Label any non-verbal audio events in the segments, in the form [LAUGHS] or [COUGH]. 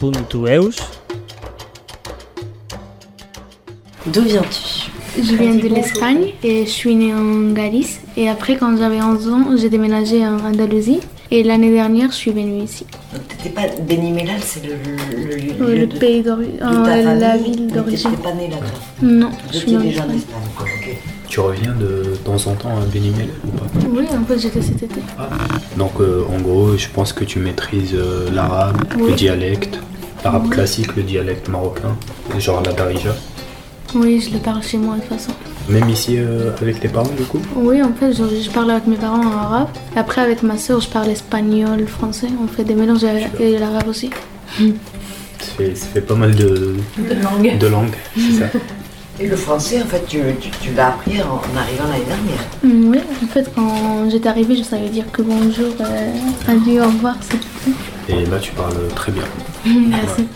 radiocultura.eus. D'où viens-tu Je viens de l'Espagne et je suis née en Galice. Et après, quand j'avais 11 ans, j'ai déménagé en Andalousie. Et l'année dernière, je suis venue ici. Donc t'étais pas Benimélal, c'est le, le- le lieu Euh, Le de, pays d'origine. de ta famille. la ville mais d'origine. T'étais pas né là, toi. Non, je suis J'étais en déjà en Espagne. Espagne. quoi, ok. Tu reviens de temps en temps à Benimel ou pas Oui, en fait, j'étais cet été. Donc euh, en gros, je pense que tu maîtrises euh, l'arabe, Oui. le dialecte, l'arabe classique, le dialecte marocain, genre la darija. Oui, je le parle chez moi de toute façon. Même ici euh, avec tes parents du coup Oui, en fait, je, je parle avec mes parents en arabe. Après, avec ma soeur, je parle espagnol, français. On fait des mélanges avec- et l'arabe aussi. ça fait, ça fait pas mal de, De langue. de langues, c'est [LAUGHS] ça Et le français, en fait, tu, tu- tu l'as appris en, en arrivant l'année dernière. Mm, Oui, en fait, quand j'étais arrivée, je savais dire que bonjour, euh, adieu, au revoir, c'est tout. Et là, tu parles très bien. Merci.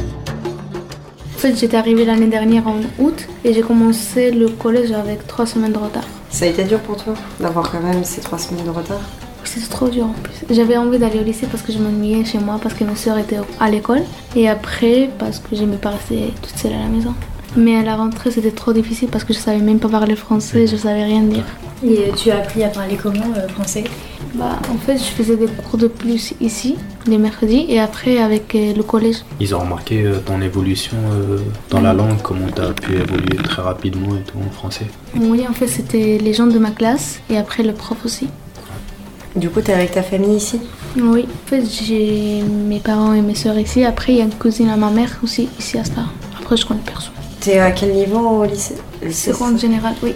En fait, j'étais arrivée l'année dernière en août et j'ai commencé le collège avec trois semaines de retard. Ça a été dur pour toi d'avoir quand même ces trois semaines de retard C'était trop dur en plus. J'avais envie d'aller au lycée parce que je m'ennuyais chez moi, parce que mes soeurs étaient à l'école. Et après, parce que j'aimais pas rester toute seule à la maison. Mais à la rentrée, c'était trop difficile parce que je savais même pas parler français, je savais rien dire. Et euh, tu as appris à parler comment euh, français Bah, en fait, je faisais des cours de plus ici, les mercredis, et après avec euh, le collège. Ils ont remarqué euh, ton évolution euh, dans la langue, comment tu as pu évoluer très rapidement et tout en français. Oui, en fait, c'était les gens de ma classe, et après le prof aussi. Du coup, t'es avec ta famille ici Oui, en fait, j'ai mes parents et mes soeurs ici. Après, il y a une cousine à ma mère aussi, ici à Star. Après, je connais personne. T'es à quel niveau au lycée Lycée, Seconde générale, oui.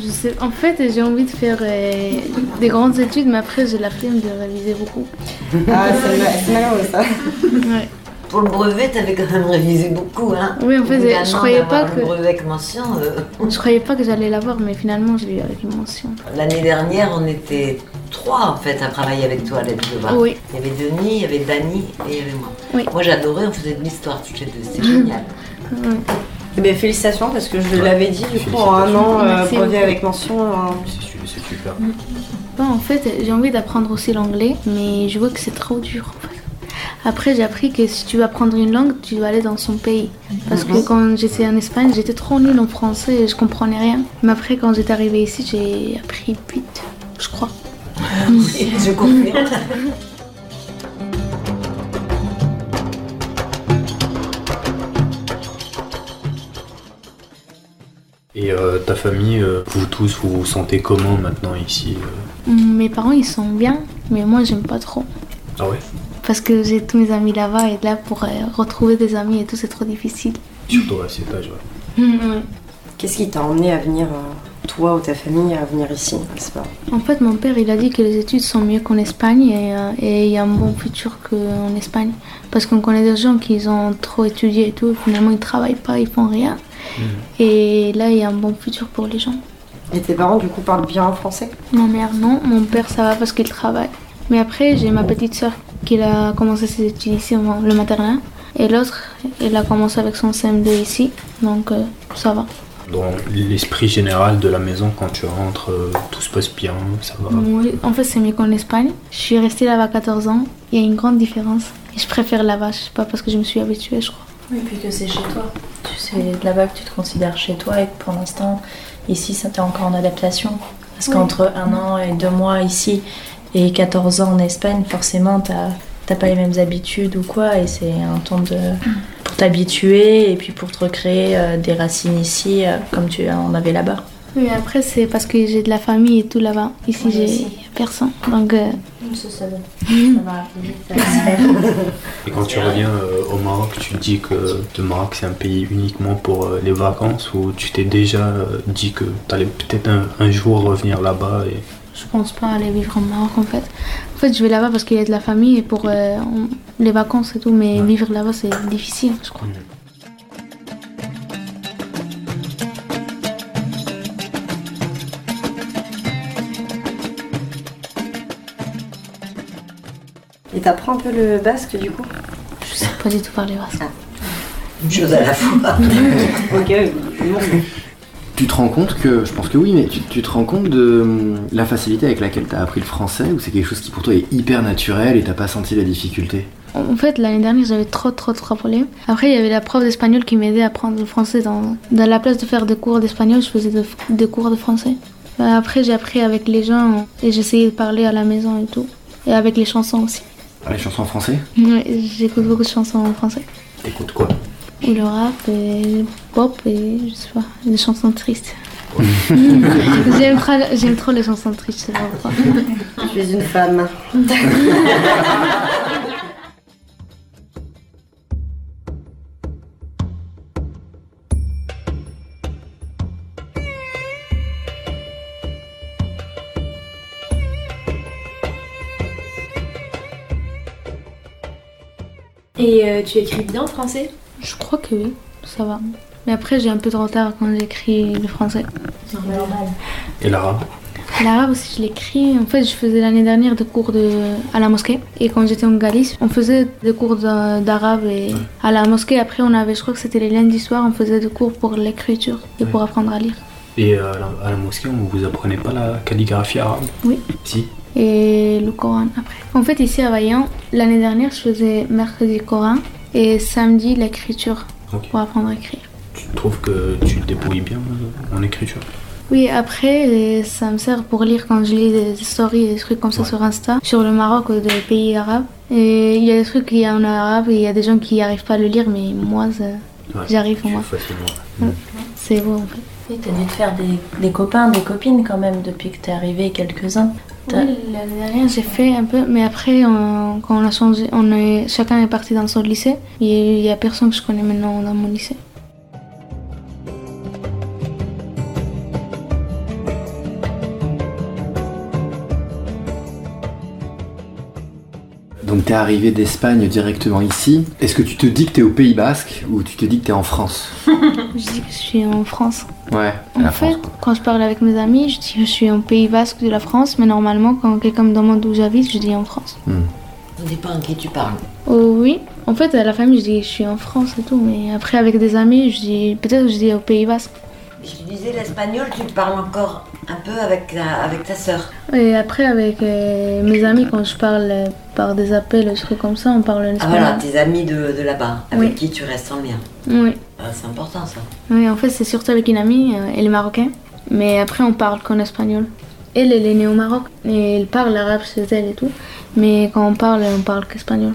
Je sais, en fait, j'ai envie de faire euh, des grandes études, mais après, j'ai la flemme de réviser beaucoup. c'est- Ah, c'est ma- c'est malheureux ça. Ouais. Pour le brevet, t'avais quand même révisé beaucoup, hein Oui, en Au fait, bout je- d'un je an croyais d'avoir pas Le que- brevet avec mention, euh, Je croyais pas que j'allais l'avoir, mais finalement, je l'ai eu avec une mention. l'année dernière, on était trois, en fait, à travailler avec toi à l'aide de devoirs. Oui. Il y avait Denis, il y avait Dani et il y avait moi. Oui. Moi, j'adorais, on faisait de l'histoire toutes les deux, c'est génial. Eh ben, félicitations parce que je l'avais dit, du coup, en un an, euh, Merci brevet beaucoup. avec mention. hein. C'est su- c'est super. Bon, en fait, j'ai envie d'apprendre aussi l'anglais, mais je vois que c'est trop dur. en fait. Après, j'ai appris que si tu veux apprendre une langue, tu dois aller dans son pays. Parce que quand j'étais en Espagne, j'étais trop nulle en français et je comprenais rien. Mais après, quand j'étais arrivée ici, j'ai appris vite, je crois. Je confirme. Et euh, ta famille, euh, vous tous, vous vous sentez comment maintenant ici euh Mes parents, ils sont bien, mais moi, j'aime pas trop. Ah ouais Parce que j'ai tous mes amis là-bas et là, pour euh, retrouver des amis et tout, c'est trop difficile. Surtout à cet âge, ouais. Qu'est-ce qui t'a emmené à venir, euh, toi ou ta famille, à venir ici Je sais pas. En fait, mon père, il a dit que les études sont mieux qu'en Espagne et euh, et il y a un bon futur qu'en Espagne. Parce qu'on connaît des gens qui ont trop étudié et tout, et finalement ils travaillent pas, ils font rien. Et là, il y a un bon futur pour les gens. Et tes parents, du coup, parlent bien français Ma mère, non, mon père, ça va parce qu'il travaille. Mais après, j'ai ma petite soeur qui a commencé ses études ici, en- le maternat. Et l'autre, elle a commencé avec son CM2 ici, donc euh, ça va. Dans l'esprit général de la maison, quand tu rentres, euh, tout se passe bien, ça va. Oui, en fait, c'est mieux qu'en Espagne. Je suis restée là-bas 14 ans. Il y a une grande différence. Et je préfère là-bas, je sais pas, parce que je me suis habituée, je crois. Oui, puis que c'est chez toi. Tu sais, de là-bas que tu te considères chez toi et que pour l'instant, ici, ça t'es encore en adaptation. Parce qu'entre un an et deux mois ici et 14 ans en Espagne, forcément, t'as t'as pas les mêmes habitudes ou quoi. Et c'est un temps de... pour t'habituer et puis pour te recréer euh, des racines ici euh, comme tu en avais là-bas. Mais après, c'est parce que j'ai de la famille et tout là-bas. Ici, Oui, j'ai aussi. personne. Donc, euh, Ça, [LAUGHS] ça va. Ça va arriver, ça va se faire. Et quand tu reviens euh, au Maroc, tu te dis que le Maroc c'est un pays uniquement pour euh, les vacances ou tu t'es déjà euh, dit que tu allais peut-être un, un jour revenir là-bas et je pense pas aller vivre au Maroc en fait. En fait, je vais là-bas parce qu'il y a de la famille et pour euh, on- les vacances et tout. Mais Ouais. vivre là-bas, c'est difficile, je crois. Et t'apprends un peu le basque, du coup Je sais pas du tout parler basque. une chose à la fois. Ok, bon. Tu te rends compte que, je pense que oui, mais tu, tu te rends compte de hum, la facilité avec laquelle t'as appris le français ou c'est quelque chose qui pour toi est hyper naturel et t'as pas senti la difficulté En fait, l'année dernière, j'avais trop, trop, trop de problèmes. Après, il y avait la prof d'espagnol qui m'aidait à apprendre le français. Dans, dans la place de faire des cours d'espagnol, je faisais de- des cours de français. Bah, Après, j'ai appris avec les gens et j'essayais de parler à la maison et tout. Et avec les chansons aussi. Ah, Les chansons en français Ouais, J'écoute beaucoup de chansons en français. T'écoutes quoi Ou le rap et le pop et je sais pas, des chansons tristes. j'aime, trop, j'aime trop les chansons tristes, c'est pas pourquoi. Je suis une femme. Et euh, tu écris bien en français Je crois que oui, ça va. Mais après, j'ai un peu de retard quand j'écris le français. Normal. Et Lara L'arabe aussi, je l'écris. En fait, je faisais l'année dernière des cours de... à la mosquée. Et quand j'étais en Galice, on faisait des cours d'a- d'arabe et à la mosquée. Après, on avait, je crois que c'était les lundis soirs, on faisait des cours pour l'écriture et pour apprendre à lire. Et euh, à la- à la mosquée, on vous apprenait pas la calligraphie arabe Oui. Si et le Coran après. En fait, ici à Vaillant, l'année dernière, je faisais mercredi Coran et samedi l'écriture Ok. pour apprendre à écrire. Tu trouves que tu te débrouilles bien euh, en écriture Oui, après, euh, ça me sert pour lire quand je lis des stories et des trucs comme ça Ouais. sur Insta, sur le Maroc ou des pays arabes. Et il y a des trucs qui y a en arabe et il y a des gens qui n'arrivent pas à le lire, mais moi, ça- Ouais, j'arrive tu moi. fais facilement. C'est beau en fait. Oui, t'as dû te faire des, des copains, des copines quand même depuis que t'es arrivé, quelques-uns. T'as- Oui, l'année dernière j'ai fait un peu, mais après on- quand on a changé, on est, chacun est parti dans son lycée. Il n'y a personne que je connais maintenant dans mon lycée. Donc t'es arrivé d'Espagne directement ici. Est-ce que tu te dis que t'es au Pays Basque ou tu te dis que t'es en France Je dis que je suis en France. Ouais, En la fait, France. quoi. quand je parle avec mes amis, je dis que je suis en Pays Basque de la France, mais normalement, quand quelqu'un me demande où j'habite, je dis en France. On dépend à qui tu parles. Oh oui, en fait, à la famille, je dis je suis en France et tout, mais après, avec des amis, je dis peut-être que je dis au Pays Basque. Je disais l'espagnol, tu parles encore un peu avec ta, avec ta sœur. Ah, Et après, avec euh, mes amis, quand je parle euh, par des appels, des trucs comme ça, on parle en Ah voilà, espagnol. tes amis de, de là-bas, avec Oui. qui tu restes en lien. oui. Ah, c'est important ça. oui, en fait, c'est surtout avec une amie, euh, elle est marocaine, mais après, on parle qu'en espagnol. Elle, elle est née au Maroc et elle parle arabe chez elle et tout, mais quand on parle, on parle qu'espagnol.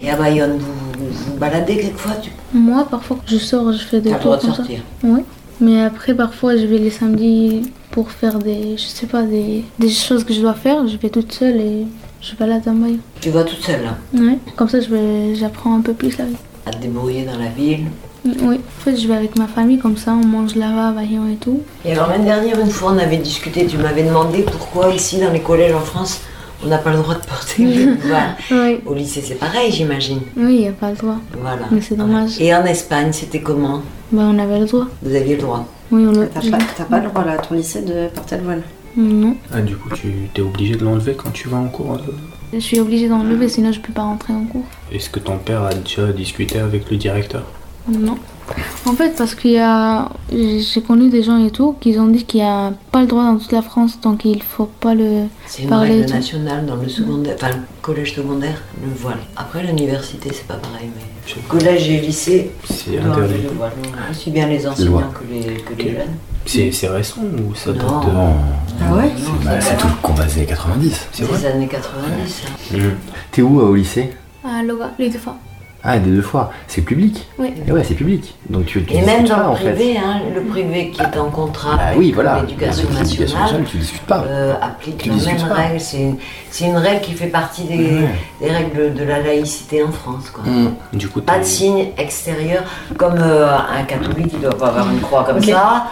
Et à Bayonne, vous vous baladez quelquefois, tu Moi, parfois, quand je sors, je fais des as le droit tours de comme ça. sortir. Oui. Mais après, parfois, je vais les samedis pour faire des, je sais pas, des, des choses que je dois faire. Je vais toute seule et je balade en maillot. Tu vas toute seule, là, Ouais. Comme ça, je vais- j'apprends un peu plus la vie. à te débrouiller dans la ville. Oui. En fait, je vais avec ma famille, comme ça, on mange là-bas, vaillant et tout. Et alors l'année dernière, une fois, on avait discuté, tu m'avais demandé pourquoi ici, dans les collèges en France, on n'a pas le droit de porter le [LAUGHS] voile. Oui. Au lycée, c'est pareil, j'imagine. Oui, il n'y a pas le droit. Voilà. Mais c'est dommage. Et en Espagne, c'était comment Ben, on avait le droit. Vous aviez le droit. Oui, on le. Mm, T'as pas, t'as pas le droit là, à ton lycée de porter le voile. Non. Ah, du coup, tu t'es obligé de l'enlever quand tu vas en cours euh Je suis obligée d'enlever, sinon je peux pas rentrer en cours. Est-ce que ton père a déjà discuté avec le directeur Mm, Non. En fait, parce qu'il y a. J'ai connu des gens et tout qui ont dit qu'il n'y a pas le droit dans toute la France, donc il faut pas le. C'est une Parler et règle tout. nationale dans le secondaire, enfin le collège secondaire, le voile. Après l'université, c'est pas pareil, mais Je- collège et lycée, C'est on doit enlever interdit. le voile. Aussi bien les Loi. enseignants que les, que les Ok. jeunes. C'est c'est récent ou ça date Non. de- Ah ouais Non, ça Bah, c'est va. tout le combat des années 90. C'est les années hein. 90. ça. Mhm. T'es où euh, au lycée Ah, Loga, les deux fois. Ah, des deux fois. C'est public Oui. Et ouais, c'est public. Donc tu, tu Et discutes même pas, dans en le fait. privé, hein, le privé qui est en contrat Bah avec oui, voilà. l'éducation Avec l'éducation nationale tu discutes pas. euh, applique Tu la discutes même pas. règle. C'est une, c'est une règle qui fait partie des, Ouais. des règles de la laïcité en France. Quoi. Mm. Mmh. Du coup, Pas de t'es- signe extérieur, comme euh, un catholique il doit pas avoir une croix comme Ok. ça,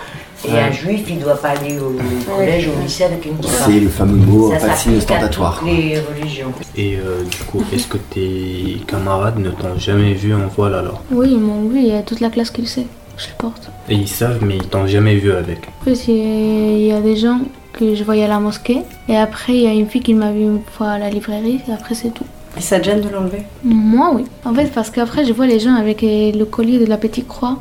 et Ouais. un juif il doit pas aller au collège ou au lycée avec une kippa. C'est le fameux mot Ça pas de signe s'applique à ostentatoire. toutes les religions. Et euh, du coup, est-ce que tes camarades ne t'ont jamais vu en voile alors Oui, ils m'ont vu, il y a toute la classe qui le sait. je le porte. Et ils savent, mais ils t'ont jamais vu avec. Après, c'est- il y a des gens que je voyais à la mosquée. Et après, il y a une fille qui m'a vu une fois à la librairie. Et après, c'est tout. Et ça te gêne de l'enlever Moi, oui. En fait, parce qu'après, je vois les gens avec euh, le collier de la petite croix.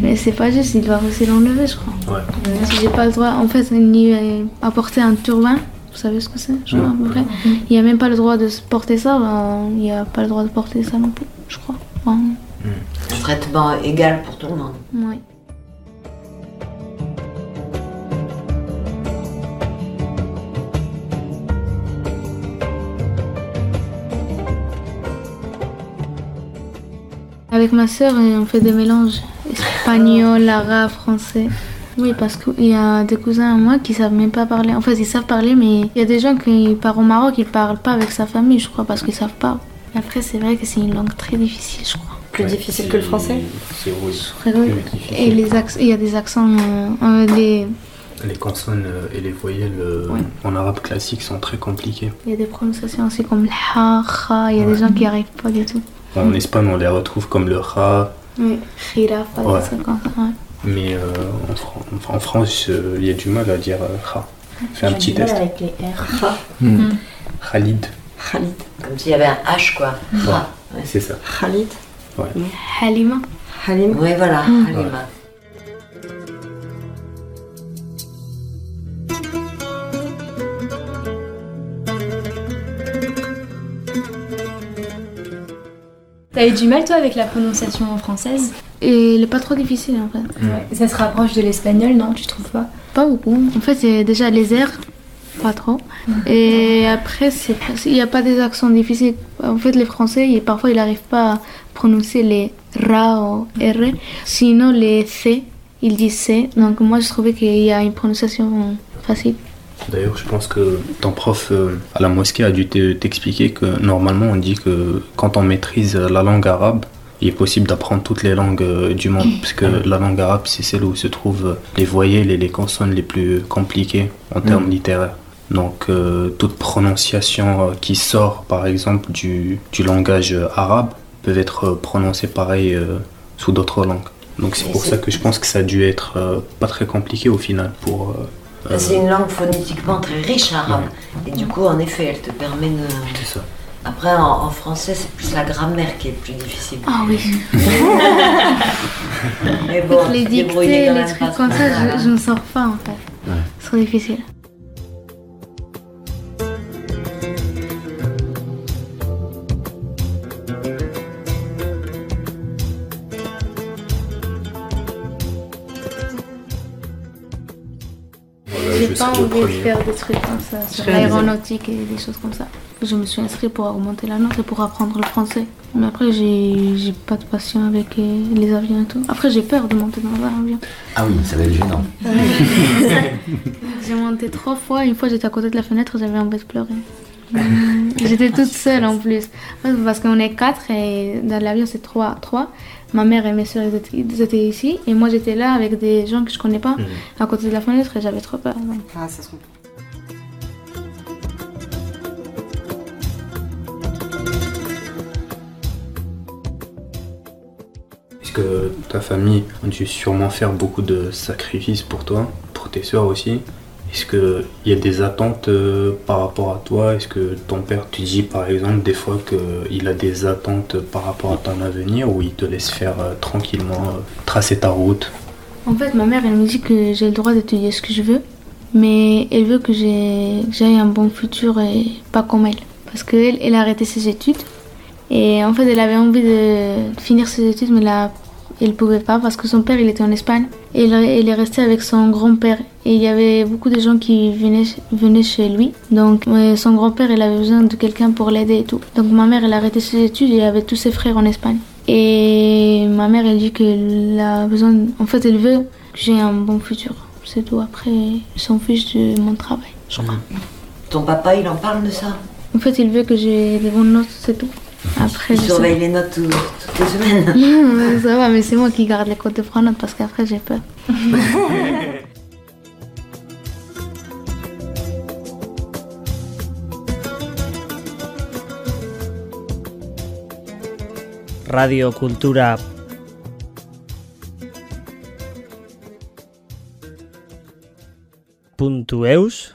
Mais c'est pas juste, il va aussi l'enlever, je crois. Ouais. Parce que J'ai pas le droit, en fait, ni euh, à porter un turban. Vous savez ce que c'est Je crois, à peu près. Il n'y a même pas le droit de se porter ça. ben, il n'y a pas le droit de porter ça non plus, je crois. Enfin, Un traitement égal pour tout le monde. ouais. Avec ma sœur, euh, on fait des mélanges espagnol, arabe, français. Oui, parce qu'il y a des cousins à moi qui savent même pas parler. En fait, ils savent parler, mais il y a des gens qui partent au Maroc, ils parlent pas avec sa famille, je crois, parce qu'ils savent pas. Après, c'est vrai que c'est une langue très difficile, je crois. Plus Ouais, difficile c'est- que le français C'est oui. Très Plus drôle. difficile. Et les acc- il y a des accents, euh, euh, des- Les consonnes euh, et les voyelles euh, Ouais. en arabe classique sont très compliquées. il y a des prononciations aussi comme ha, ha, il y a des gens qui arrivent pas du tout. En Espagne, on les retrouve comme le ra, Oui, girafe, Ouais. des trucs comme ça, ouais. mais euh, en, Fran- en France, euh, il y a du mal à dire euh, ra. Fais un Ah, J'ai petit du mal test. avec les R. Khalid, Khalid. Comme s'il y avait un H, quoi. Ah. Ra. c'est ça. Khalid Halima. Halim Ouais, voilà, Halima. T'as eu du mal toi avec la prononciation française Et il est pas trop difficile en fait. Ça se rapproche de l'espagnol, non Tu trouves pas Pas beaucoup. En fait, c'est déjà les airs, pas trop. Et après, c'est pas- il n'y a pas des accents difficiles. En fait, les Français, ils- parfois, ils n'arrivent pas à prononcer les ra ou r. Sinon, les c, ils disent c. Donc, moi, je trouvais qu'il y a une prononciation facile. D'ailleurs, je pense que ton prof euh, à la mosquée a dû te- t'expliquer que normalement, on dit que quand on maîtrise la langue arabe, il est possible d'apprendre toutes les langues euh, du monde, parce que la langue arabe, c'est celle où se trouvent euh, les voyelles et les consonnes les plus compliquées en termes littéraires. Donc, euh, toute prononciation euh, qui sort, par exemple, du, du langage euh, arabe peut être euh, prononcée pareil euh, sous d'autres langues. Donc, c'est Et pour c'est- ça que je pense que ça a dû être euh, pas très compliqué au final pour. euh, euh, C'est une langue phonétiquement très riche, l'arabe. Mm. Et du coup, en effet, elle te permet de. c'est ça. Après, en, en français, c'est plus la grammaire qui est le plus difficile. Ah oui. Mais bon, Avec les se débrouiller dictées, dans les la trucs phrase, comme ça, voilà. je, je ne sors pas en fait. Ouais. C'est trop difficile. Euh, Voilà, J'ai je pas serai le envie de premier. faire des trucs comme ça, sur serai la deuxième. l'aéronautique et des choses comme ça. Je me suis inscrite pour augmenter la note et pour apprendre le français. Mais après, j'ai j'ai pas de passion avec euh, les avions et tout. Après, j'ai peur de monter dans un avion. Ah oui, ça va être gênant. J'ai monté trois fois. Une fois, j'étais à côté de la fenêtre, j'avais envie de pleurer. Mm. j'étais toute seule en plus. Parce qu'on est quatre et dans l'avion, c'est trois. trois. Ma mère et mes soeurs étaient ici et moi, j'étais là avec des gens que je connais pas à côté de la fenêtre et j'avais trop peur. donc. Ah, ça se comprend. Puisque ta famille a dû sûrement faire beaucoup de sacrifices pour toi, pour tes soeurs aussi. Est-ce qu'il y a des attentes euh, par rapport à toi Est-ce que ton père te dit par exemple des fois qu'il a des attentes par rapport à ton avenir ou il te laisse faire euh, tranquillement euh, tracer ta route En fait, ma mère, elle me dit que j'ai le droit d'étudier ce que je veux, mais elle veut que j'ai que j'aille un bon futur et pas comme elle. Parce qu'elle, elle a arrêté ses études. Et en fait, elle avait envie de finir ses études, mais là, elle pouvait pas parce que son père, il était en Espagne. Et elle, elle est restée avec son grand-père. Et il y avait beaucoup de gens qui venaient, venaient chez lui. Donc, euh, son grand-père, il avait besoin de quelqu'un pour l'aider et tout. Donc, ma mère, elle a arrêté ses études et elle avait tous ses frères en Espagne. Et ma mère, elle dit qu'elle a besoin. En fait, elle veut que j'ai un bon futur. C'est tout. Après, elle s'en fiche de mon travail. Ton papa, il en parle de ça En fait, elle veut que j'ai des bonnes notes, c'est tout. Après, Il je sais- surveille les notes tout- toutes les semaines. Ouais, [LAUGHS] Ça va, mais c'est moi qui garde les codes de pronotes parce qu'après, j'ai peur. Radio Cultura puntu eus